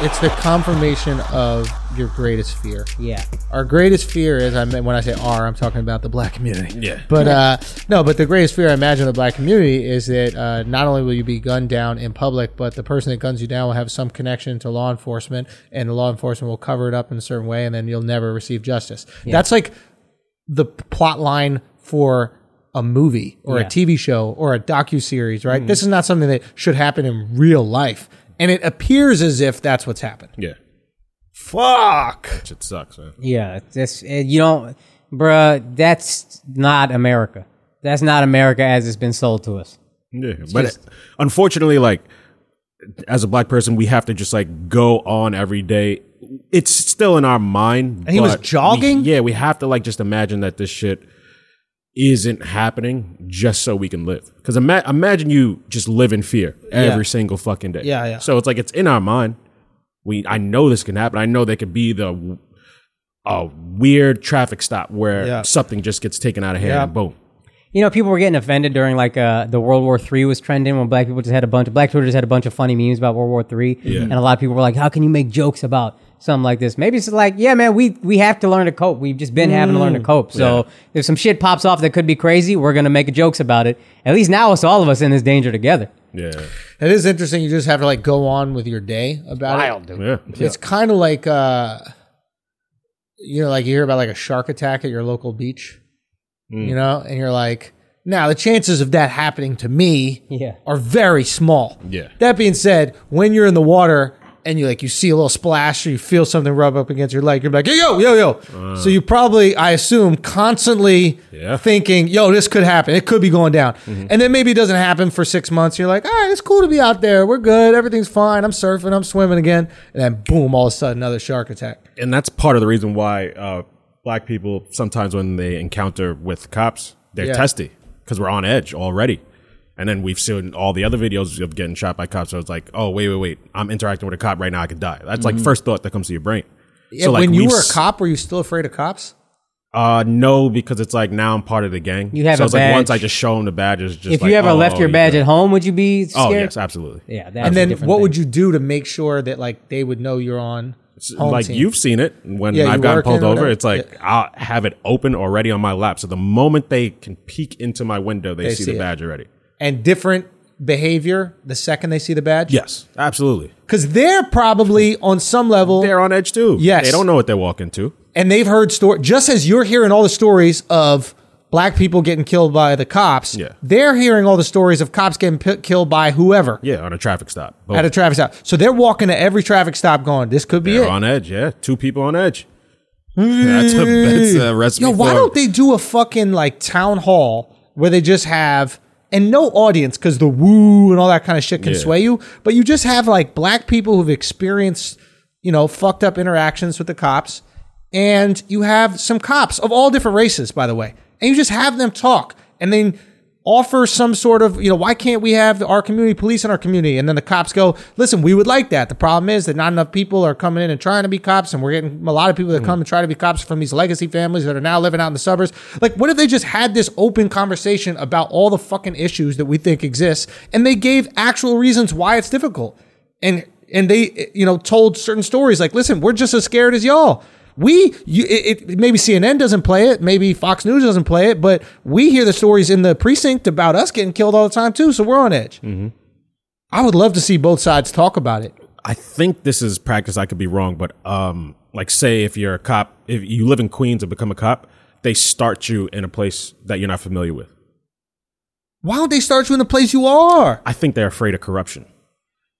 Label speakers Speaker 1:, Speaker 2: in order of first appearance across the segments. Speaker 1: it's the confirmation of your greatest fear.
Speaker 2: Yeah.
Speaker 1: Our greatest fear is I mean, when I say our, I'm talking about the black community.
Speaker 3: Yeah.
Speaker 1: But uh, no, but the greatest fear I imagine of the black community is that uh, not only will you be gunned down in public, but the person that guns you down will have some connection to law enforcement, and the law enforcement will cover it up in a certain way, and then you'll never receive justice. That's like the plot line for a movie or
Speaker 2: Yeah.
Speaker 1: a TV show or a docu series, right? This is not something that should happen in real life, and it appears as if that's what's happened.
Speaker 3: Yeah.
Speaker 1: Fuck.
Speaker 3: Shit sucks, man.
Speaker 2: Yeah, that's eh, you don't, bruh. That's not America. That's not America as it's been sold to us.
Speaker 3: Yeah. but unfortunately, like as a black person, we have to just like go on every day. It's still in our mind.
Speaker 1: he was
Speaker 3: but we-
Speaker 1: jogging?
Speaker 3: yeah, we have to like just imagine that this shit isn't happening just so we can live. Because ima- imagine you just live in fear every single fucking day.
Speaker 1: Yeah, yeah.
Speaker 3: So it's like it's in our mind. We I know this can happen. I know there could be the a weird traffic stop where
Speaker 1: Yeah.
Speaker 3: something just gets taken out of hand and boom.
Speaker 2: You know, people were getting offended during like uh, the World War III was trending when black people just had a bunch of black Twitter just had a bunch of funny memes about World War III, and a lot of people were like, "How can you make jokes about something like this?" Maybe it's like, "Yeah, man, we we have to learn to cope. We've just been having to
Speaker 3: Mm.
Speaker 2: learn to cope. So if some shit pops off that could be crazy, we're gonna make jokes about it. At least now it's all of us in this danger together."
Speaker 3: Yeah.
Speaker 1: It is interesting. You just have to like go on with your day about it.
Speaker 3: Yeah.
Speaker 1: It's kind of like uh, you know, like you hear about like a shark attack at your local beach,
Speaker 3: Hmm.
Speaker 1: you know, and you're like, now the chances of that happening to me
Speaker 2: Yeah.
Speaker 1: are very small.
Speaker 3: Yeah.
Speaker 1: That being said, when you're in the water and you like you see a little splash or you feel something rub up against your leg, you're like, yo, yo, yo.
Speaker 3: Uh.
Speaker 1: so you probably, I assume, constantly
Speaker 3: Yeah. Mm-hmm.
Speaker 1: thinking, yo, this could happen. It could be going down. And then maybe it doesn't happen for six months. You're like, all right, it's cool to be out there. We're good. Everything's fine. I'm surfing. I'm swimming again. And then boom, all of a sudden, another shark attack.
Speaker 3: and that's part of the reason why uh, black people sometimes when they encounter with cops they're
Speaker 1: Yeah.
Speaker 3: testy because we're on edge already and then we've seen all the other videos of getting shot by cops so it's like oh wait wait wait i'm interacting with a cop right now i could die that's
Speaker 2: Mm-hmm.
Speaker 3: like first thought that comes to your brain
Speaker 1: Yeah, when you
Speaker 3: we've
Speaker 1: were a
Speaker 3: s-
Speaker 1: cop, were you still afraid of cops?
Speaker 3: uh no because it's like now i'm part of the gang
Speaker 2: You have a
Speaker 3: so it's like once i
Speaker 2: badge.
Speaker 3: just show them the badges just
Speaker 2: if
Speaker 3: like,
Speaker 2: you ever
Speaker 3: oh,
Speaker 2: left
Speaker 3: oh,
Speaker 2: your
Speaker 3: you
Speaker 2: badge
Speaker 3: good.
Speaker 2: at home, would you be scared?
Speaker 3: oh yes absolutely
Speaker 2: Yeah, that's
Speaker 1: And
Speaker 2: a
Speaker 1: then what
Speaker 2: different thing.
Speaker 1: would you do to make sure that like they would know you're on? home
Speaker 3: like
Speaker 1: team?
Speaker 3: you've seen it when
Speaker 1: Yeah, you
Speaker 3: I've gotten
Speaker 1: working
Speaker 3: pulled
Speaker 1: or
Speaker 3: over.
Speaker 1: whatever.
Speaker 3: It's like I'll have it open already on my lap. So the moment they can peek into my window, they, see,
Speaker 1: see
Speaker 3: the
Speaker 1: it.
Speaker 3: badge already.
Speaker 1: and different behavior the second they see the badge?
Speaker 3: Yes, absolutely.
Speaker 1: Because they're probably on some level,
Speaker 3: They're on edge too.
Speaker 1: Yes.
Speaker 3: they don't know what they're walking to.
Speaker 1: and they've heard story just as you're hearing all the stories of black people getting killed by the cops.
Speaker 3: Yeah.
Speaker 1: They're hearing all the stories of cops getting p- killed by whoever
Speaker 3: Yeah, on a traffic stop. Boom.
Speaker 1: at a traffic stop. So they're walking to every traffic stop, going, "This could be
Speaker 3: they're
Speaker 1: it."
Speaker 3: on edge. Yeah, two people on edge. that's a, that's a recipe.
Speaker 1: Yo, why
Speaker 3: for-
Speaker 1: don't they do a fucking like town hall where they just have and no audience because the woo and all that kind of shit can
Speaker 3: Yeah.
Speaker 1: sway you, but you just have like black people who've experienced, you know, fucked up interactions with the cops, and you have some cops of all different races, by the way, and you just have them talk and then offer some sort of, you know, why can't we have our community police in our community? And then the cops go, listen, we would like that. The problem is that not enough people are coming in and trying to be cops. And we're getting a lot of people
Speaker 3: Mm.
Speaker 1: that come and try to be cops from these legacy families that are now living out in the suburbs. Like, what if they just had this open conversation about all the fucking issues that we think exist and they gave actual reasons why it's difficult? and and they you know told certain stories like listen we're just as scared as y'all we you, it, it maybe CNN doesn't play it maybe Fox News doesn't play it but we hear the stories in the precinct about us getting killed all the time too so we're on edge I would love to see both sides talk about it
Speaker 3: I think this is practice. I could be wrong, but um, like say if you're a cop, if you live in Queens and become a cop, they start you in a place that you're not familiar with.
Speaker 1: why don't they start you in the place you are
Speaker 3: I think they're afraid of corruption.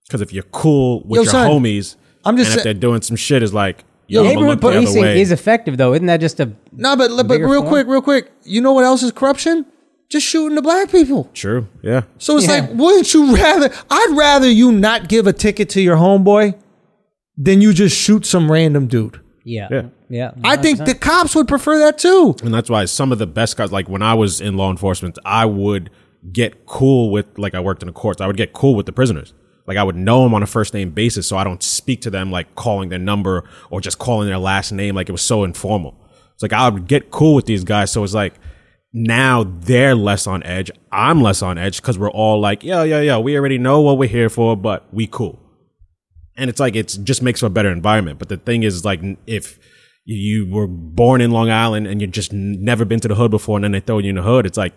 Speaker 3: Because if you're cool with
Speaker 1: Yo,
Speaker 3: your
Speaker 1: son,
Speaker 3: homies,
Speaker 1: I'm just
Speaker 3: and if
Speaker 1: sa-
Speaker 3: they're doing some shit, is like, yo,
Speaker 2: Yo,
Speaker 3: I'm gonna
Speaker 2: neighborhood
Speaker 3: look the other
Speaker 2: policing
Speaker 3: way.
Speaker 2: is effective, though. Isn't that just a
Speaker 1: no but but
Speaker 2: Bigger
Speaker 1: real
Speaker 2: form?
Speaker 1: quick real quick you know what else is corruption just shooting the black people
Speaker 3: True. Yeah.
Speaker 1: So it's
Speaker 2: Yeah.
Speaker 1: like, wouldn't you rather? I'd rather you not give a ticket to your homeboy than you just shoot some random dude.
Speaker 2: yeah,
Speaker 3: Yeah.
Speaker 2: yeah?
Speaker 1: I think the cops would prefer that too.
Speaker 3: And that's why some of the best guys, like when I was in law enforcement, I would get cool with, like, I worked in the courts, I would get cool with the prisoners. Like, I would know them on a first name basis, so I don't speak to them like calling their number or just calling their last name. Like, it was so informal. It's like I would get cool with these guys, so it's like, now they're less on edge. I'm less on edge because we're all like, yeah, yeah, yeah. We already know what we're here for, but we cool. and it's like it just makes for a better environment. But the thing is, like if you were born in Long Island and you just n- never been to the hood before, and then they throw you in the hood, it's like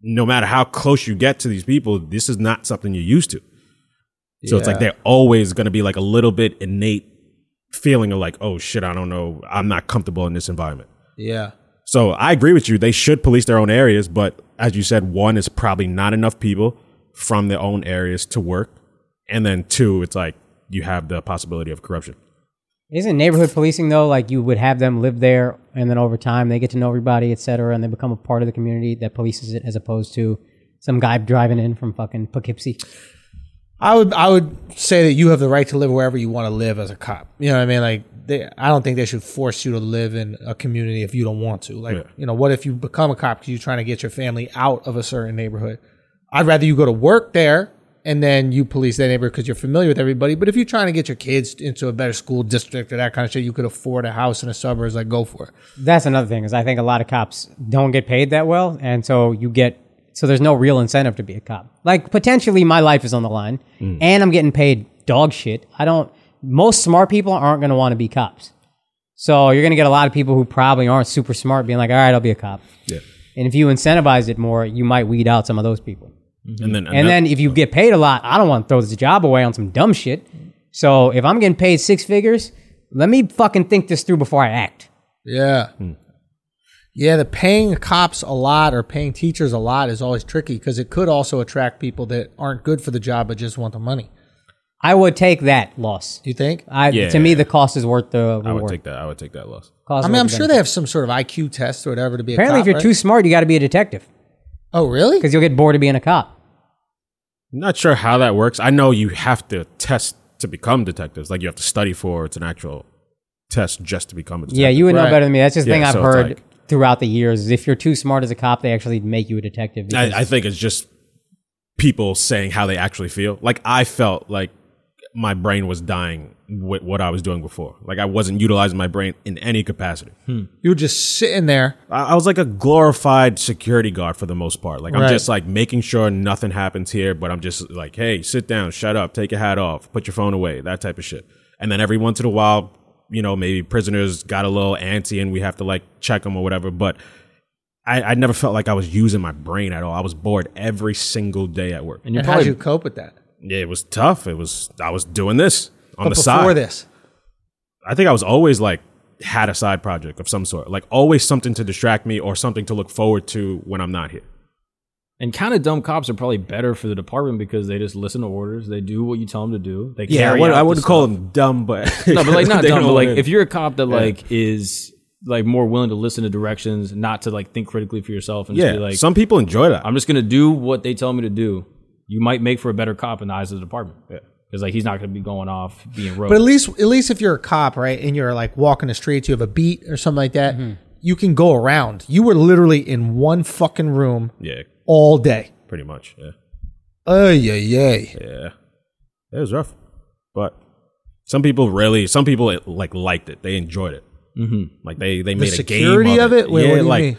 Speaker 3: no matter how close you get to these people, this is not something you're used to. So it's like
Speaker 1: Yeah.
Speaker 3: they're always going to be like a little bit innate feeling of like, oh shit, I don't know, I'm not comfortable in this environment.
Speaker 1: Yeah.
Speaker 3: So I agree with you. They should police their own areas, but as you said, one is probably not enough people from their own areas to work, and then two, it's like you have the possibility of corruption.
Speaker 2: Isn't neighborhood policing though like you would have them live there and then over time they get to know everybody, et cetera, and they become a part of the community that polices it as opposed to some guy driving in from fucking Poughkeepsie.
Speaker 1: I would I would say that you have the right to live wherever you want to live as a cop. You know what I mean? Like they, I don't think they should force you to live in a community if you don't want to. Like you know, what if you become a cop because you're trying to get your family out of a certain neighborhood? I'd rather you go to work there and then you police that neighborhood because you're familiar with everybody. But if you're trying to get your kids into a better school district or that kind of shit, you could afford a house in the suburbs. Like go for it.
Speaker 2: That's another thing is I think a lot of cops don't get paid that well, and so you get so there's no real incentive to be a cop. Like potentially my life is on the line, and I'm getting paid dog shit. I don't. Most smart people aren't going to want to be cops, so you're going to get a lot of people who probably aren't super smart being like, all right, I'll be a cop.
Speaker 3: Yeah.
Speaker 2: And if you incentivize it more, you might weed out some of those people.
Speaker 3: And then
Speaker 2: Mm-hmm. And then if you get paid a lot, I don't want to throw this job away on some dumb shit. So if I'm getting paid six figures, let me fucking think this through before I act.
Speaker 1: Yeah.
Speaker 2: Hmm.
Speaker 1: Yeah, the paying cops a lot or paying teachers a lot is always tricky because it could also attract people that aren't good for the job but just want the money.
Speaker 2: I would take that loss.
Speaker 1: Do you think? I,
Speaker 2: I,
Speaker 3: Yeah.
Speaker 2: to me, the cost is worth the reward.
Speaker 3: I would take that. I would take that loss.
Speaker 2: Cost
Speaker 1: mean,
Speaker 2: worth
Speaker 1: I'm
Speaker 2: the
Speaker 1: sure they
Speaker 2: benefit.
Speaker 1: have some sort of IQ test or whatever to be.
Speaker 2: Apparently,
Speaker 1: a
Speaker 2: if you're
Speaker 1: cop,
Speaker 2: too
Speaker 1: right?
Speaker 2: smart, you got to be a detective
Speaker 1: oh really?
Speaker 2: because you'll get bored of being a cop.
Speaker 3: Not sure how that works. I know you have to test to become detectives. Like you have to study for it's an actual test just to become a detective.
Speaker 2: Yeah, you would know
Speaker 1: Right.
Speaker 2: better than me. That's just the
Speaker 3: Yeah,
Speaker 2: thing I've
Speaker 3: so it's
Speaker 2: heard
Speaker 3: like-
Speaker 2: throughout the years. Is if you're too smart as a cop, they actually make you a detective. because-
Speaker 3: I, I think it's just people saying how they actually feel. Like I felt like my brain was dying with what I was doing before. Like I wasn't utilizing my brain in any capacity.
Speaker 1: You were just sitting there.
Speaker 3: I, I was like a glorified security guard for the most part. Like I'm
Speaker 1: Right.
Speaker 3: just like making sure nothing happens here, but I'm just like, hey, sit down, shut up, take your hat off, put your phone away, that type of shit. And then every once in a while, you know, maybe prisoners got a little antsy and we have to like check them or whatever. But I, I never felt like I was using my brain at all. I was bored every single day at work.
Speaker 1: And how would you cope with that?
Speaker 3: Yeah, it was tough. It was I was doing this on
Speaker 1: But
Speaker 3: the
Speaker 1: before
Speaker 3: side.
Speaker 1: this,
Speaker 3: I think I was always like had a side project of some sort, like always something to distract me or something to look forward to when I'm not here.
Speaker 4: And kind of dumb cops are probably better for the department because they just listen to orders. They do what you tell them to do. They
Speaker 3: Yeah, I,
Speaker 4: carry
Speaker 3: would,
Speaker 4: out
Speaker 3: I
Speaker 4: the
Speaker 3: wouldn't
Speaker 4: stuff.
Speaker 3: call them dumb, but
Speaker 4: no, but like not
Speaker 3: they
Speaker 4: dumb,
Speaker 3: know what
Speaker 4: but like
Speaker 3: it is.
Speaker 4: if you're a cop that like is like more willing to listen to directions, not to like think critically for yourself and
Speaker 3: yeah,
Speaker 4: just be like,
Speaker 3: some people enjoy that.
Speaker 4: I'm just gonna do what they tell me to do. You might make for a better cop in the eyes of the department. Yeah. Because like he's not gonna be going off being rogue.
Speaker 1: but at least at least if you're a cop, right, and you're like walking the streets, you have a beat or something like that.
Speaker 2: Mm-hmm.
Speaker 1: You can go around. You were literally in one fucking room
Speaker 3: yeah,
Speaker 1: all day.
Speaker 3: pretty much. Yeah,
Speaker 1: Oh yeah, yeah.
Speaker 3: yeah, it was rough, but some people really, some people it, like liked it. They enjoyed it. Mm-hmm. Like they they
Speaker 1: The
Speaker 3: made a
Speaker 1: security
Speaker 3: game
Speaker 1: of it. Wait,
Speaker 3: yeah,
Speaker 1: what do you
Speaker 3: like
Speaker 1: mean?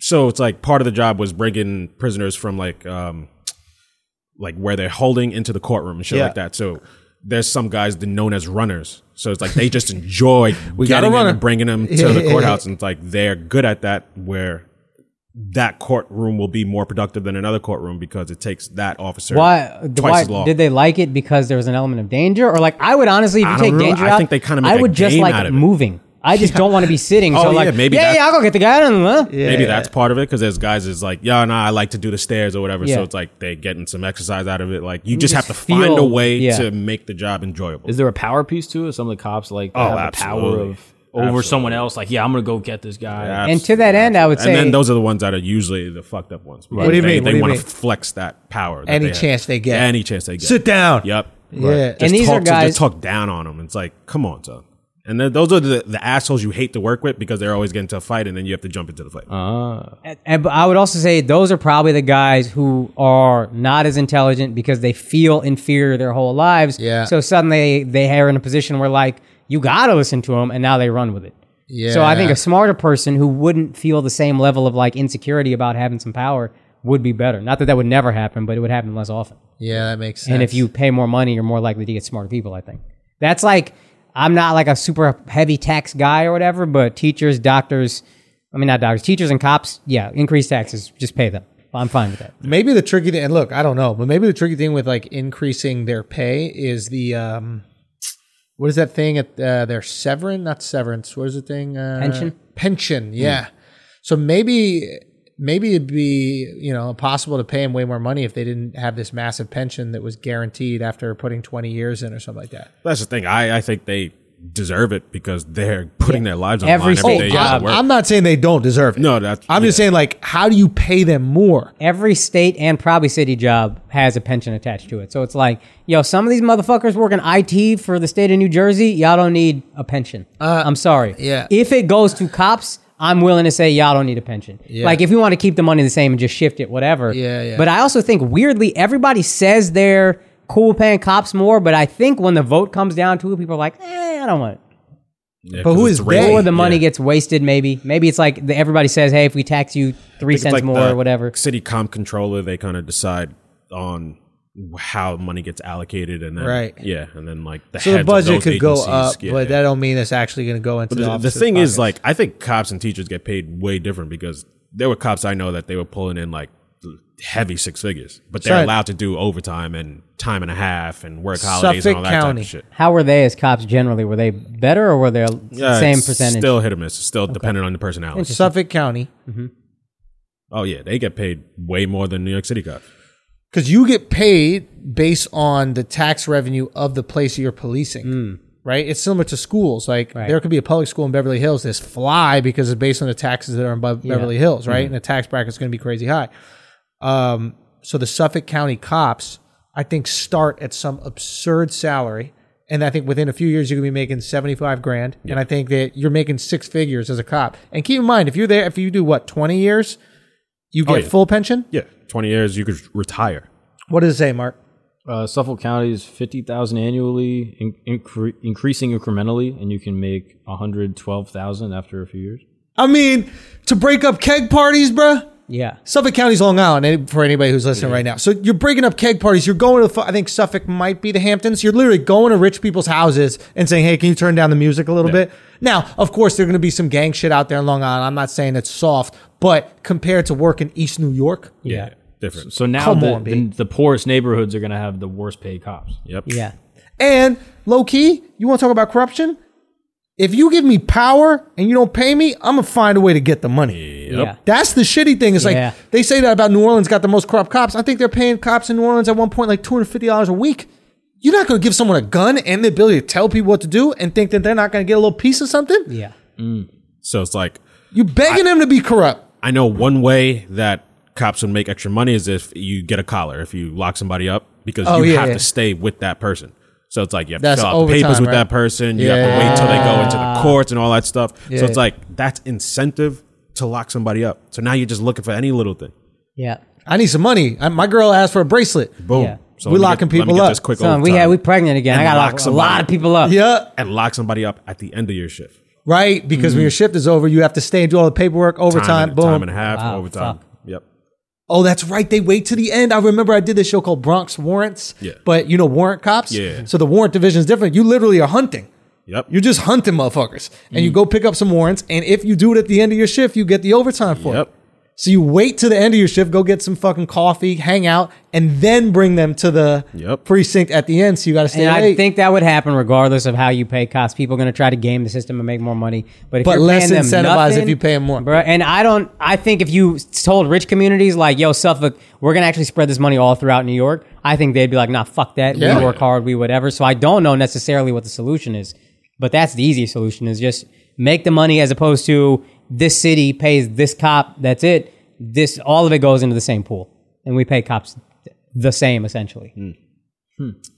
Speaker 3: so it's like part of the job was bringing prisoners from like um like where they're holding into the courtroom and shit
Speaker 1: Yeah.
Speaker 3: like that so there's some guys that known as runners so it's like they just enjoy
Speaker 1: got a
Speaker 3: getting them
Speaker 1: runner.
Speaker 3: and bringing them to
Speaker 1: Yeah, yeah,
Speaker 3: the
Speaker 1: yeah.
Speaker 3: courthouse and it's like they're good at that where that courtroom will be more productive than another courtroom because it takes that officer
Speaker 2: Why?
Speaker 3: twice
Speaker 2: why
Speaker 3: as long
Speaker 2: did they like it because there was an element of danger, or like I would honestly, if
Speaker 3: I
Speaker 2: you
Speaker 3: don't
Speaker 2: take
Speaker 3: know.
Speaker 2: danger
Speaker 3: I
Speaker 2: out,
Speaker 3: think they kinda make
Speaker 2: I
Speaker 3: a
Speaker 2: would just
Speaker 3: game
Speaker 2: like
Speaker 3: out of it.
Speaker 2: moving. I just don't want to be sitting.
Speaker 3: Oh,
Speaker 2: so
Speaker 3: yeah,
Speaker 2: like,
Speaker 3: maybe
Speaker 2: yeah,
Speaker 3: that's-
Speaker 2: yeah, I'll go get the guy. I don't know.
Speaker 3: maybe that's part of it because there's guys is like yeah nah i like to do the stairs or whatever so
Speaker 2: Yeah.
Speaker 3: it's like they're getting some exercise out of it like you just,
Speaker 2: just
Speaker 3: have to find a
Speaker 2: feel-
Speaker 3: way
Speaker 2: yeah.
Speaker 3: to make the job enjoyable
Speaker 4: is there a power piece to it? Some of the cops like
Speaker 3: Oh,
Speaker 4: have the power
Speaker 3: absolutely.
Speaker 4: of over someone else, like, yeah, I'm gonna go get this guy.
Speaker 2: And to that end, I would say
Speaker 3: and then those are the ones that are usually the fucked up ones.
Speaker 1: What do you
Speaker 3: they,
Speaker 1: mean? What
Speaker 3: They
Speaker 1: do you
Speaker 3: wanna
Speaker 1: mean?
Speaker 3: flex that power. that
Speaker 1: Any
Speaker 3: have.
Speaker 1: chance they get.
Speaker 3: Any chance they get.
Speaker 1: Sit down.
Speaker 3: Yep.
Speaker 1: Yeah.
Speaker 3: Just
Speaker 2: And these
Speaker 3: talk
Speaker 2: are
Speaker 3: to-
Speaker 2: guys-
Speaker 3: just talk down on them. It's like, come on, son. And then those are the, the assholes you hate to work with because they're always getting into a fight, and then you have to jump into the fight.
Speaker 1: Uh.
Speaker 2: And- and- but I would also say those are probably the guys who are not as intelligent because they feel inferior their whole lives.
Speaker 1: Yeah.
Speaker 2: So suddenly they are in a position where like you gotta listen to them, and now they run with it. So I think
Speaker 1: Yeah.
Speaker 2: a smarter person who wouldn't feel the same level of like insecurity about having some power would be better. Not that that would never happen, but it would happen less often.
Speaker 1: Yeah, that makes sense.
Speaker 2: And if you pay more money, you're more likely to get smarter people. I think. That's like I'm not like a super heavy tax guy or whatever, but teachers, doctors, I mean not doctors, teachers and cops, yeah, increase taxes, just pay them. I'm fine with that.
Speaker 1: Maybe the tricky thing, and look, I don't know, but maybe the tricky thing with like increasing their pay is the um, what is that thing at uh, their severance? Not severance. What is the thing? Uh,
Speaker 2: Pension?
Speaker 1: Pension. Yeah. So maybe maybe it'd be you know possible to pay them way more money if they didn't have this massive pension that was guaranteed after putting twenty years in or something like that.
Speaker 3: That's the thing. I, I think they deserve it because they're putting their lives on
Speaker 2: Every
Speaker 3: the line
Speaker 2: single
Speaker 3: every day.
Speaker 2: job.
Speaker 3: at
Speaker 1: I'm,
Speaker 3: work.
Speaker 1: I'm not saying they don't deserve it.
Speaker 3: No, that's-
Speaker 1: I'm just
Speaker 3: yeah.
Speaker 1: saying like how do you pay them more?
Speaker 2: Every state and probably city job has a pension attached to it. So it's like, yo, some of these motherfuckers working IT for the state of New Jersey, y'all don't need a pension.
Speaker 3: Uh,
Speaker 2: I'm sorry.
Speaker 1: yeah.
Speaker 2: If it goes to cops, I'm willing to say y'all don't need a pension. Like if we want to keep the money the same and just shift it, whatever.
Speaker 1: Yeah, yeah.
Speaker 2: But I also think weirdly, everybody says they're cool paying cops more, but I think when the vote comes down to it, people are like, eh, I don't want it.
Speaker 3: Yeah,
Speaker 1: But
Speaker 3: 'cause
Speaker 1: who
Speaker 3: it's
Speaker 1: is
Speaker 3: raised-
Speaker 1: they?
Speaker 2: Or the money
Speaker 3: yeah.
Speaker 2: gets wasted, maybe. Maybe it's like the, everybody says, hey, if we tax you three
Speaker 3: It's
Speaker 2: cents
Speaker 3: like
Speaker 2: more
Speaker 3: the
Speaker 2: or whatever.
Speaker 3: City comp controller, they kind of decide on how money gets allocated, and then
Speaker 1: Right.
Speaker 3: yeah, and then like the
Speaker 1: So
Speaker 3: heads
Speaker 1: the budget
Speaker 3: of those
Speaker 1: could go
Speaker 3: agencies-
Speaker 1: up,
Speaker 3: yeah,
Speaker 1: but
Speaker 3: yeah.
Speaker 1: that don't mean it's actually going to go into
Speaker 3: But
Speaker 1: the
Speaker 3: the, the
Speaker 1: officers'
Speaker 3: thing is,
Speaker 1: pockets.
Speaker 3: like, I think cops and teachers get paid way different because there were cops I know that they were pulling in like heavy six figures, but they're
Speaker 1: Right.
Speaker 3: allowed to do overtime and time and a half and work holidays
Speaker 1: Suffolk
Speaker 3: and all that type
Speaker 1: County.
Speaker 3: of shit.
Speaker 2: How were they as cops generally? Were they better or were they the
Speaker 3: Uh,
Speaker 2: same
Speaker 3: it's
Speaker 2: percentage?
Speaker 3: Still hit or miss. It's Still dependent on the personality.
Speaker 1: Suffolk County.
Speaker 3: Oh yeah, they get paid way more than New York City cops.
Speaker 1: because you get paid based on the tax revenue of the place you're policing. Right, it's similar to schools. Like there could be a public school in Beverly Hills that's fly because it's based on the taxes that are in Bev- Beverly Hills, right? And the tax bracket's going to be crazy high. Um, so the Suffolk County cops, I think, start at some absurd salary, and I think within a few years you're going to be making seventy five grand, and I think that you're making six figures as a cop. And keep in mind, if you're there, if you do what twenty years, you get
Speaker 3: yeah.
Speaker 1: full pension.
Speaker 3: Yeah, twenty years you could retire.
Speaker 1: What does it say, Mark?
Speaker 4: Uh, Suffolk County is fifty thousand annually, in, incre- increasing incrementally, and you can make one hundred twelve thousand after a few years.
Speaker 1: I mean, to break up keg parties, bruh.
Speaker 2: yeah.
Speaker 1: Suffolk County's Long Island eh, for anybody who's listening right now. So you're breaking up keg parties. You're going to, the, fu- I think Suffolk might be the Hamptons. You're literally going to rich people's houses and saying, hey, can you turn down the music a little bit? Now, of course, there's going to be some gang shit out there in Long Island. I'm not saying it's soft, but compared to work in East New York,
Speaker 3: Yeah, different.
Speaker 4: So now
Speaker 1: Come
Speaker 4: the,
Speaker 1: on,
Speaker 4: the,
Speaker 1: B.
Speaker 4: the poorest neighborhoods are going to have the worst paid cops.
Speaker 3: Yep.
Speaker 2: Yeah.
Speaker 1: and low key, you want to talk about corruption? If you give me power and you don't pay me, I'm going to find a way to get the money.
Speaker 2: Yeah.
Speaker 1: That's the shitty thing. It's
Speaker 2: Yeah.
Speaker 1: like they say that about New Orleans got the most corrupt cops. I think they're paying cops in New Orleans at one point like two hundred fifty dollars a week. You're not going to give someone a gun and the ability to tell people what to do and think that they're not going to get a little piece of something.
Speaker 2: Yeah.
Speaker 3: So it's like
Speaker 1: You're begging them to be corrupt.
Speaker 3: I know one way that cops would make extra money is if you get a collar, if you lock somebody up, because
Speaker 1: Oh,
Speaker 3: you
Speaker 1: yeah,
Speaker 3: have
Speaker 1: yeah.
Speaker 3: to stay with that person. So it's like you have
Speaker 1: That's
Speaker 3: to fill out the
Speaker 1: overtime,
Speaker 3: papers with
Speaker 1: right?
Speaker 3: that person. You have to wait till they go into the courts and all that stuff. So
Speaker 1: Yeah.
Speaker 3: it's like that's incentive to lock somebody up. So now you're just looking for any little thing.
Speaker 2: Yeah.
Speaker 1: I need some money. I, my girl asked for a bracelet.
Speaker 3: Boom.
Speaker 2: Yeah.
Speaker 3: So
Speaker 1: We
Speaker 3: let me
Speaker 1: locking
Speaker 3: get- let me
Speaker 1: people
Speaker 3: get
Speaker 1: up.
Speaker 3: This quick
Speaker 2: Son, we
Speaker 3: overtime
Speaker 2: had we pregnant again.
Speaker 3: And
Speaker 2: I
Speaker 3: lock
Speaker 2: got a lot
Speaker 3: somebody.
Speaker 2: of people up.
Speaker 1: Yeah,
Speaker 3: and lock somebody up at the end of your shift.
Speaker 1: right. Because when your shift is over, you have to stay and do all the paperwork,
Speaker 3: Mm-hmm. Time,
Speaker 1: overtime.
Speaker 3: and,
Speaker 1: boom.
Speaker 3: time and a half, overtime.
Speaker 2: fuck.
Speaker 3: Yep.
Speaker 1: Oh, that's right. They wait to the end. I remember I did this show called Bronx Warrants.
Speaker 3: Yeah.
Speaker 1: But you know, warrant cops.
Speaker 3: Yeah.
Speaker 1: So the warrant division is different. You literally are hunting.
Speaker 3: Yep.
Speaker 1: You're just hunting motherfuckers. And
Speaker 3: Mm.
Speaker 1: you go pick up some warrants. And if you do it at the end of your shift, you get the overtime for
Speaker 3: Yep.
Speaker 1: it. So you wait to the end of your shift, go get some fucking coffee, hang out, and then bring them to the
Speaker 3: Yep.
Speaker 1: precinct at the end. So you got to stay
Speaker 2: And I
Speaker 1: late.
Speaker 2: think that would happen regardless of how you pay cops. People are going to try to game the system and make more money, but if
Speaker 1: But
Speaker 2: you're
Speaker 1: less
Speaker 2: paying them
Speaker 1: incentivized
Speaker 2: nothing,
Speaker 1: if you pay 'em more.
Speaker 2: bruh, And I don't. I think if you told rich communities like, "Yo, Suffolk, we're going to actually spread this money all throughout New York," I think they'd be like, "Nah, fuck that.
Speaker 1: Yeah.
Speaker 2: We work hard. We whatever." So I don't know necessarily what the solution is, but that's the easy solution: is just make the money as opposed to this city pays this cop. That's it. This all of it goes into the same pool, and we pay cops th- the same essentially.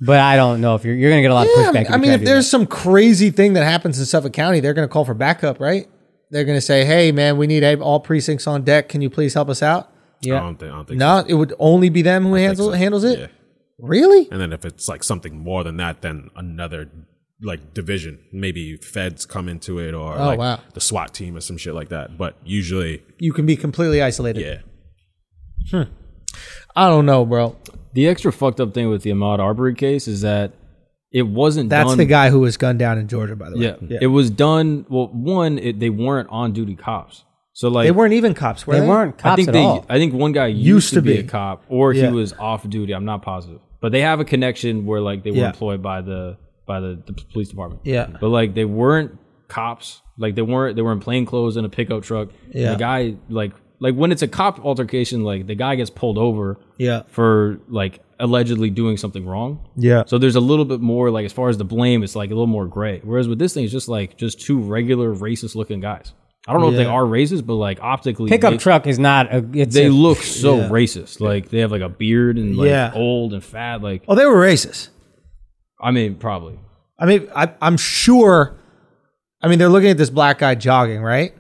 Speaker 2: But I don't know if you're, you're going to get a lot of
Speaker 1: Yeah, I
Speaker 2: pushback.
Speaker 1: mean,
Speaker 2: you
Speaker 1: I mean,
Speaker 2: try to
Speaker 1: if
Speaker 2: do
Speaker 1: there's some crazy thing that happens in Suffolk County, they're going to call for backup, right? They're going to say, hey, man, we need all precincts on deck. Can you please help us out?
Speaker 2: that.
Speaker 3: I
Speaker 2: yeah.
Speaker 3: don't think. I don't think
Speaker 1: No, it would only be them who handles,
Speaker 3: so.
Speaker 1: handles it.
Speaker 3: Yeah.
Speaker 1: Really?
Speaker 3: And then if it's like something more than that, then another like division, maybe feds come into it or like
Speaker 1: Oh, wow.
Speaker 3: the SWAT team or some shit like that. But usually,
Speaker 1: You can be completely isolated.
Speaker 3: yeah,
Speaker 1: I don't know, bro.
Speaker 4: The extra fucked up thing with the Ahmad Arbery case is that it wasn't
Speaker 1: That's
Speaker 4: done
Speaker 1: the guy who was gunned down in Georgia, by the way.
Speaker 4: Yeah. It was done. Well, one, it, they weren't on duty cops. So like
Speaker 1: They weren't even cops, were
Speaker 2: They
Speaker 1: they?
Speaker 2: weren't cops
Speaker 4: I think
Speaker 2: at
Speaker 4: they.
Speaker 2: all.
Speaker 4: I think one guy used,
Speaker 1: Used
Speaker 4: to,
Speaker 1: to
Speaker 4: be,
Speaker 1: be.
Speaker 4: a cop, or
Speaker 1: Yeah.
Speaker 4: he was off duty. I'm not positive, but they have a connection where like they were
Speaker 1: Yeah.
Speaker 4: employed by the by the, the police department.
Speaker 1: Yeah.
Speaker 4: but like they weren't cops. Like they weren't. They were in plain clothes in a pickup truck. And
Speaker 1: Yeah.
Speaker 4: the guy like like when it's a cop altercation, like the guy gets pulled over.
Speaker 1: Yeah.
Speaker 4: for like allegedly doing something wrong.
Speaker 1: Yeah.
Speaker 4: So there's a little bit more like as far as the blame, it's like a little more gray. Whereas with this thing, it's just like just two regular racist looking guys. I don't know if they
Speaker 1: Yeah.
Speaker 4: are racist, but like optically,
Speaker 2: Pickup
Speaker 4: they-
Speaker 2: truck is not a. It's
Speaker 4: they
Speaker 2: a-
Speaker 4: look so racist. Like they have like a beard and like
Speaker 1: Yeah.
Speaker 4: old and fat. Like
Speaker 1: Oh, they were racist.
Speaker 4: I mean, probably.
Speaker 1: I mean, I, I'm sure. I mean, they're looking at this black guy jogging, right?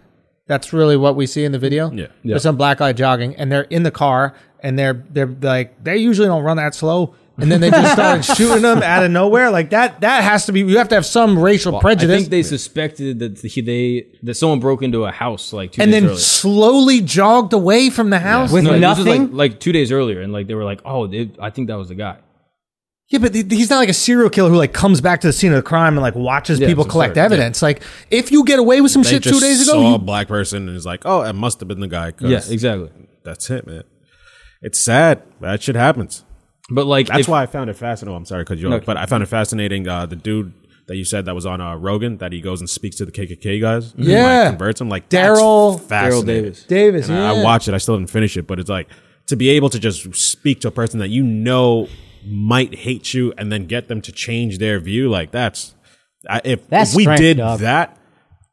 Speaker 1: That's really what we see in the video.
Speaker 3: Yeah.
Speaker 1: There's some black guy jogging, and they're in the car, and they're they're like they usually don't run that slow, and then they just started shooting them out of nowhere. Like that that has to be you have to have some racial
Speaker 4: I
Speaker 1: prejudice,
Speaker 4: think they suspected that he, they that someone broke into a house like two
Speaker 1: and
Speaker 4: days
Speaker 1: then
Speaker 4: earlier.
Speaker 1: slowly jogged away from the house.
Speaker 2: With
Speaker 4: No, this was,
Speaker 2: nothing?
Speaker 4: like, like two days earlier, and like they were like, "Oh, they, I think that was the guy."
Speaker 1: Yeah, but th- he's not like a serial killer who like comes back to the scene of the crime and like watches people
Speaker 4: it's
Speaker 1: collect
Speaker 4: absurd, yeah.
Speaker 1: evidence. Like if you get away with some
Speaker 3: They
Speaker 1: shit
Speaker 3: just
Speaker 1: two days ago,
Speaker 3: saw
Speaker 1: you
Speaker 3: a black person and is like, oh, it must have been the guy. 'cause
Speaker 4: Yeah, exactly.
Speaker 3: That's it, man. It's sad. That shit happens.
Speaker 4: But like
Speaker 3: That's
Speaker 4: if-
Speaker 3: why I found it fascinating. Oh, I'm sorry, because you. But I found it fascinating. Uh, the dude that you said that was on uh, Rogan, that he goes and speaks to the KKK guys. and,
Speaker 1: Yeah.
Speaker 3: like, converts them. Like that's
Speaker 1: Daryl- Daryl
Speaker 3: fascinating.
Speaker 4: Davis.
Speaker 1: Davis.
Speaker 3: And I, I
Speaker 1: yeah.
Speaker 3: watched it. I still didn't finish it, but it's like to be able to just speak to a person that you know might hate you, and then get them to change their view. Like that's I, if,
Speaker 2: That's
Speaker 3: if we
Speaker 2: strength,
Speaker 3: did
Speaker 2: dog.
Speaker 3: that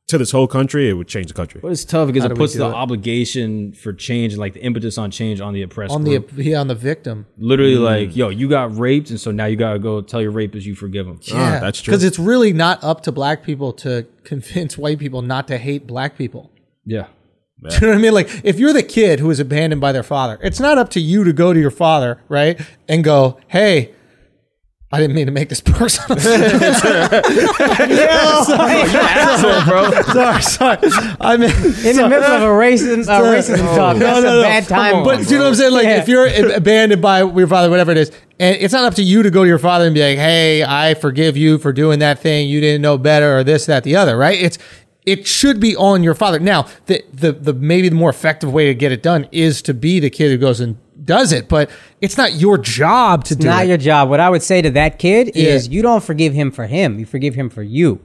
Speaker 3: to this whole country, it would change the country.
Speaker 4: But it's tough because it
Speaker 1: we
Speaker 4: puts
Speaker 1: do
Speaker 4: the
Speaker 1: it?
Speaker 4: obligation for change and like the impetus on change on the oppressed
Speaker 1: on the Mm.
Speaker 4: group.
Speaker 1: yeah, on the victim.
Speaker 4: Literally, like, yo, you got raped, and so now you gotta go tell your rapist you forgive him.
Speaker 3: Ah, that's true.
Speaker 1: Because it's really not up to black people to convince white people not to hate black people.
Speaker 4: Yeah.
Speaker 1: Do you know what I mean? Like, if you're the kid who is abandoned by their father, it's not up to you to go to your father, right? And go, hey, I didn't mean to make this personal. sorry, sorry. I mean,
Speaker 2: in the middle of a racism, uh, racism talk. That's a bad time.
Speaker 1: But do you know what I'm saying? Like,
Speaker 2: Yeah.
Speaker 1: if you're ab- abandoned by your father, whatever it is, and it's not up to you to go to your father and be like, "Hey, I forgive you for doing that thing. You didn't know better, or this, that, the other." Right? It's it should be on your father. Now, the the, the maybe the more effective way to get it done is to be the kid who goes and does it, but it's not your job to do
Speaker 2: not
Speaker 1: it.
Speaker 2: your job. What I would say to that kid
Speaker 1: Yeah.
Speaker 2: is you don't forgive him for him. You forgive him for you.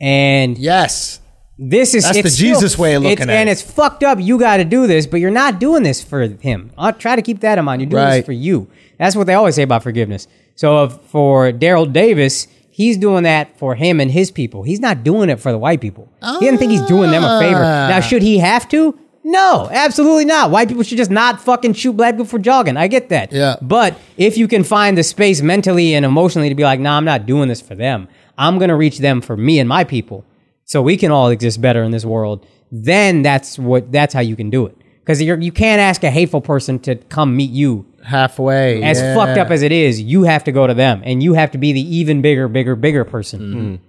Speaker 2: And
Speaker 1: yes.
Speaker 2: this is
Speaker 1: That's
Speaker 2: it's
Speaker 1: the Jesus way of looking
Speaker 2: it's,
Speaker 1: at
Speaker 2: And
Speaker 1: it.
Speaker 2: it's fucked up. You got to do this, but you're not doing this for him. I'll try to keep that in mind. You're doing
Speaker 1: Right.
Speaker 2: this for you. That's what they always say about forgiveness. So if, for Daryl Davis, he's doing that for him and his people. He's not doing it for the white people. He didn't think he's doing them a favor. Now, should he have to? No, absolutely not. White people should just not fucking shoot black people for jogging. I get that.
Speaker 1: Yeah.
Speaker 2: But if you can find the space mentally and emotionally to be like, nah, I'm not doing this for them. I'm gonna reach them for me and my people, so we can all exist better in this world. Then that's what that's how you can do it. Because you you can't ask a hateful person to come meet you.
Speaker 1: Halfway.
Speaker 2: As
Speaker 1: yeah.
Speaker 2: fucked up as it is, you have to go to them, and you have to be the even bigger, bigger, bigger person.
Speaker 1: Mm.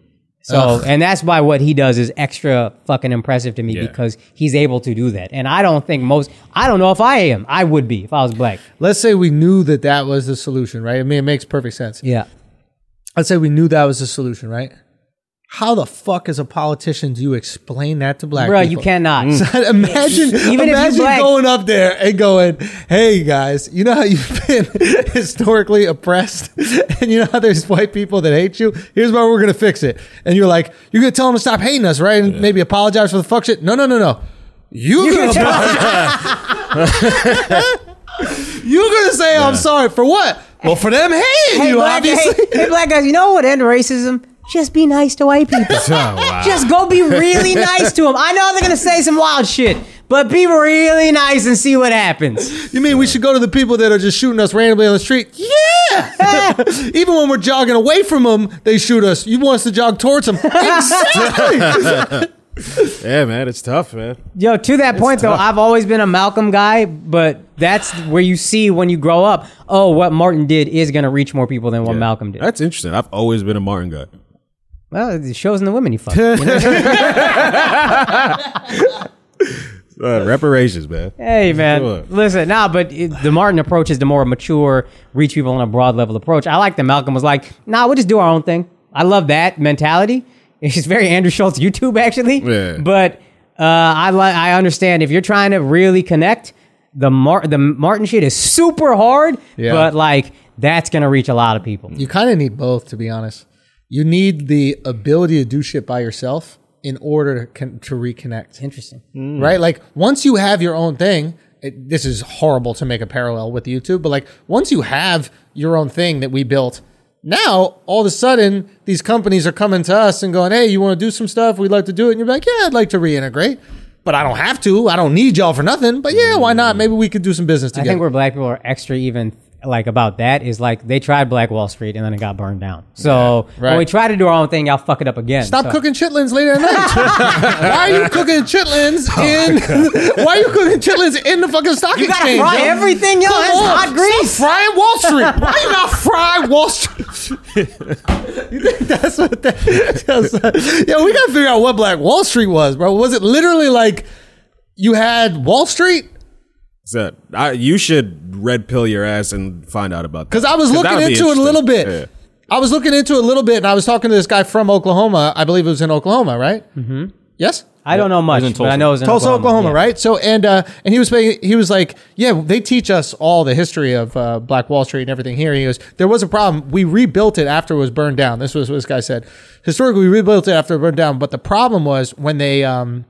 Speaker 2: So, and that's why what he does is extra fucking impressive to me because he's able to do that. And I don't think most, I don't know if I am. I would be if I was black.
Speaker 1: Let's say we knew that that was the solution, right? I mean, it makes perfect sense.
Speaker 2: Yeah.
Speaker 1: Let's say we knew that was the solution, right? How the fuck, as a politician, do you explain that to black
Speaker 2: Bro,
Speaker 1: people?
Speaker 2: you cannot.
Speaker 1: Mm. imagine,
Speaker 2: Even if you
Speaker 1: imagine
Speaker 2: black-
Speaker 1: going up there and going, "Hey guys, you know how you've been historically oppressed, and you know how there's white people that hate you. Here's why we're gonna fix it." And you're like, "You're gonna tell them to stop hating us, right? And maybe apologize for the fuck shit." No, no, no, no. You are gonna you're gonna say I'm sorry for what? Well, for them hating
Speaker 2: Hey,
Speaker 1: you,
Speaker 2: black,
Speaker 1: obviously.
Speaker 2: hey, hey, black guys, you know what end racism? Just be nice to white people.
Speaker 1: Oh,
Speaker 2: Just go be really nice to them. I know they're gonna say some wild shit, but be really nice and see what happens.
Speaker 1: You mean we should go to the people that are just shooting us randomly on the street? Yeah. Even when we're jogging away from them, they shoot us. You want us to jog towards them? exactly.
Speaker 3: yeah, man, it's tough, man.
Speaker 2: Yo, to that point though, I've always been a Malcolm guy, but that's where you see when you grow up. Oh, what Martin did is gonna reach more people than what Malcolm did.
Speaker 3: That's interesting. I've always been a Martin guy.
Speaker 2: Well, it shows in the women he fucked. you know?
Speaker 3: Uh, reparations, man.
Speaker 2: Hey man,
Speaker 3: Sure.
Speaker 2: listen, nah, but it, the Martin approach is the more mature, reach people on a broad level approach. I like that Malcolm was like, nah, we'll just do our own thing. I love that mentality. It's very Andrew Schultz YouTube actually,
Speaker 3: Yeah.
Speaker 2: but uh, I li- I understand if you're trying to really connect, the Mar- the Martin shit is super hard,
Speaker 1: Yeah.
Speaker 2: but like that's gonna reach a lot of people.
Speaker 1: You kind of need both, to be honest. You need the ability to do shit by yourself in order to, con- to reconnect,
Speaker 2: Interesting.
Speaker 1: right? Like once you have your own thing, it, this is horrible to make a parallel with YouTube, but like once you have your own thing that we built, now all of a sudden these companies are coming to us and going, "Hey, you want to do some stuff? We'd like to do it." And you're like, "Yeah, I'd like to reintegrate." But I don't have to. I don't need y'all for nothing. But yeah, why not? Maybe we could do some business
Speaker 2: Hmm. I
Speaker 1: together.
Speaker 2: think where black people are extra even like about that is like they tried Black Wall Street and then it got burned down. So
Speaker 1: right.
Speaker 2: when we try to do our own thing, y'all fuck it up again.
Speaker 1: Stop
Speaker 2: So-
Speaker 1: cooking chitlins late at night. why are you cooking chitlins in? why are you cooking chitlins in the fucking stock
Speaker 2: Oh, You gotta
Speaker 1: exchange?
Speaker 2: fry
Speaker 1: yo?
Speaker 2: everything, yo.
Speaker 1: Come
Speaker 2: That's
Speaker 1: on,
Speaker 2: hot grease.
Speaker 1: Stop frying Wall Street. Why you not fry Wall Street? You think that's what that? That's, yo, we gotta figure out what Black Wall Street was, bro. Was it literally like you had Wall Street?
Speaker 3: So, I, you should red pill your ass and find out about that.
Speaker 1: Because I was
Speaker 3: that
Speaker 1: looking
Speaker 3: would be
Speaker 1: into it a
Speaker 3: interesting.
Speaker 1: little bit.
Speaker 3: Yeah.
Speaker 1: I was looking into it a little bit, and I was talking to this guy from Oklahoma. I believe it was in Oklahoma, right? Mm-hmm. Yes.
Speaker 2: I don't know much,
Speaker 4: It was in
Speaker 2: but I
Speaker 4: Tulsa.
Speaker 2: know it was in
Speaker 1: Tulsa, Oklahoma,
Speaker 2: Yeah.
Speaker 1: right? So and uh, and he was saying- he was like, yeah, they teach us all the history of uh, Black Wall Street and everything here. He goes, there was a problem. We rebuilt it after it was burned down. This was what this guy said. Historically, we rebuilt it after it burned down, but the problem was when they um,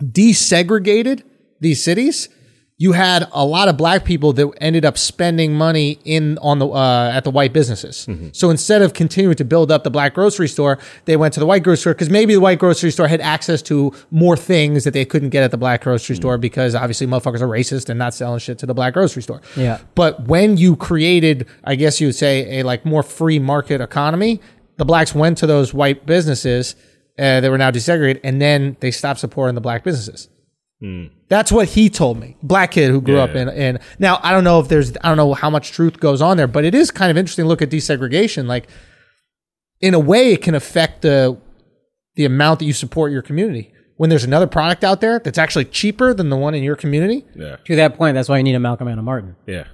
Speaker 1: desegregated these cities. You had a lot of black people that ended up spending money in on the uh, at the white businesses. So instead of continuing to build up the black grocery store, they went to the white grocery store because maybe the white grocery store had access to more things that they couldn't get at the black grocery store because obviously motherfuckers are racist and not selling shit to the black grocery store.
Speaker 2: Yeah.
Speaker 1: But when you created, I guess you would say, a like more free market economy, the blacks went to those white businesses uh, that were now desegregated, and then they stopped supporting the black businesses. That's what he told me. Black kid who grew up in in now I don't know if there's I don't know how much truth goes on there, but it is kind of interesting to look at desegregation. Like in a way it can affect the the amount that you support your community. When there's another product out there that's actually cheaper than the one in your community,
Speaker 3: Yeah.
Speaker 2: To that point, that's why you need a Malcolm and a Martin.
Speaker 3: Yeah.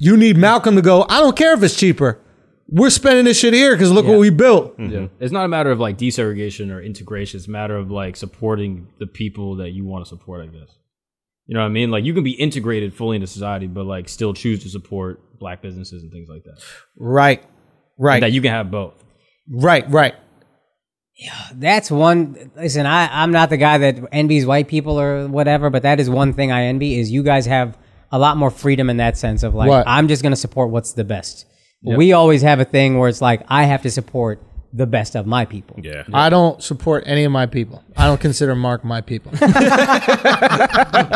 Speaker 1: you need Malcolm to go, I don't care if it's cheaper. We're spending this shit here because look what we built.
Speaker 3: Mm-hmm.
Speaker 4: Yeah. It's not a matter of like desegregation or integration. It's a matter of like supporting the people that you want to support, I guess. You know what I mean? Like you can be integrated fully into society, but like still choose to support black businesses and things like that.
Speaker 1: Right. Right.
Speaker 4: That you can have both.
Speaker 1: right. Right.
Speaker 2: That's one. Listen, I, I'm not the guy that envies white people or whatever, but that is one thing I envy is you guys have a lot more freedom in that sense of like
Speaker 1: Right.
Speaker 2: I'm just gonna support what's the best. We always have a thing where it's like I have to support the best of my people.
Speaker 3: Yeah.
Speaker 1: I don't support any of my people. I don't consider Mark my people.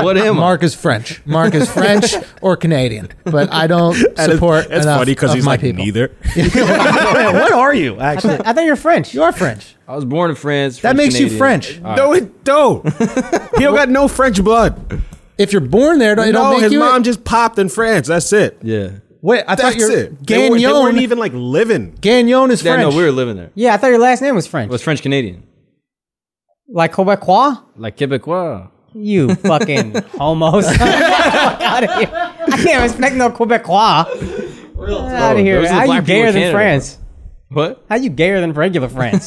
Speaker 4: What am I?
Speaker 1: Mark is French. Mark is French or Canadian, but I don't
Speaker 3: That is-
Speaker 1: support.
Speaker 3: That's
Speaker 1: enough
Speaker 3: funny because
Speaker 1: of
Speaker 3: he's
Speaker 1: my
Speaker 3: like
Speaker 1: people.
Speaker 3: neither.
Speaker 5: what are you
Speaker 2: I,
Speaker 5: actually?
Speaker 2: thought, I thought you're French.
Speaker 1: You are French.
Speaker 4: I was born in France.
Speaker 1: That makes you
Speaker 4: French-Canadian.
Speaker 1: French.
Speaker 3: No, it don't. he don't got no French blood.
Speaker 1: If you're born there, don't, it don't
Speaker 3: No,
Speaker 1: make
Speaker 3: his
Speaker 1: you.
Speaker 3: mom just popped in France. That's it.
Speaker 4: Yeah.
Speaker 1: Wait, I
Speaker 3: That's
Speaker 1: thought you're
Speaker 3: it. They, were,
Speaker 1: Gagnon.
Speaker 3: they weren't even like living.
Speaker 1: Gagnon is
Speaker 4: Yeah,
Speaker 1: French.
Speaker 4: no, we were living there. It
Speaker 2: Yeah, I thought your last name was French.
Speaker 4: was French Canadian.
Speaker 2: like Quebecois?
Speaker 4: Like Quebecois.
Speaker 2: You fucking homos. Get out of here. I can't respect no Quebecois. Real out of here.
Speaker 4: Oh, those are the
Speaker 2: How you
Speaker 4: black people
Speaker 2: gayer
Speaker 4: in
Speaker 2: than
Speaker 4: Canada,
Speaker 2: France?
Speaker 4: What?
Speaker 2: How you gayer than regular France?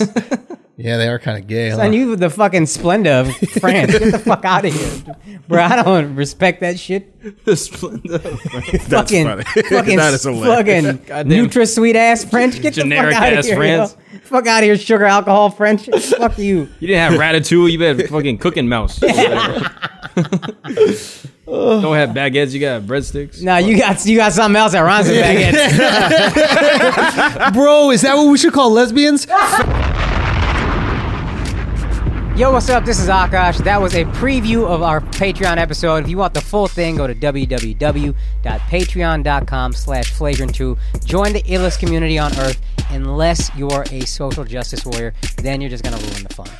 Speaker 1: yeah, they are kind of gay. huh?
Speaker 2: and you the fucking splenda of France. Get the fuck out of here. Bro, I don't respect that shit.
Speaker 4: The Splenda.
Speaker 3: That's
Speaker 2: fucking
Speaker 3: funny.
Speaker 2: fucking
Speaker 3: That is hilarious.
Speaker 2: fucking
Speaker 4: Goddamn.
Speaker 2: NutraSweet ass French. Get
Speaker 4: Generic
Speaker 2: the fuck out of
Speaker 4: ass
Speaker 2: here. yo.
Speaker 4: France.
Speaker 2: Fuck out of here, sugar alcohol French. fuck you.
Speaker 4: You didn't have ratatouille. You had fucking cooking mouse. Don't have baguettes. You got breadsticks.
Speaker 2: Nah, you got you got something else that rhymes with baguettes.
Speaker 1: Bro, is that what we should call lesbians?
Speaker 2: Yo, what's up? This is Akash. That was a preview of our Patreon episode. If you want the full thing, go to www.patreon.com slash flagrant2. Join the illest community on earth. Unless you're a social justice warrior, then you're just going to ruin the fun.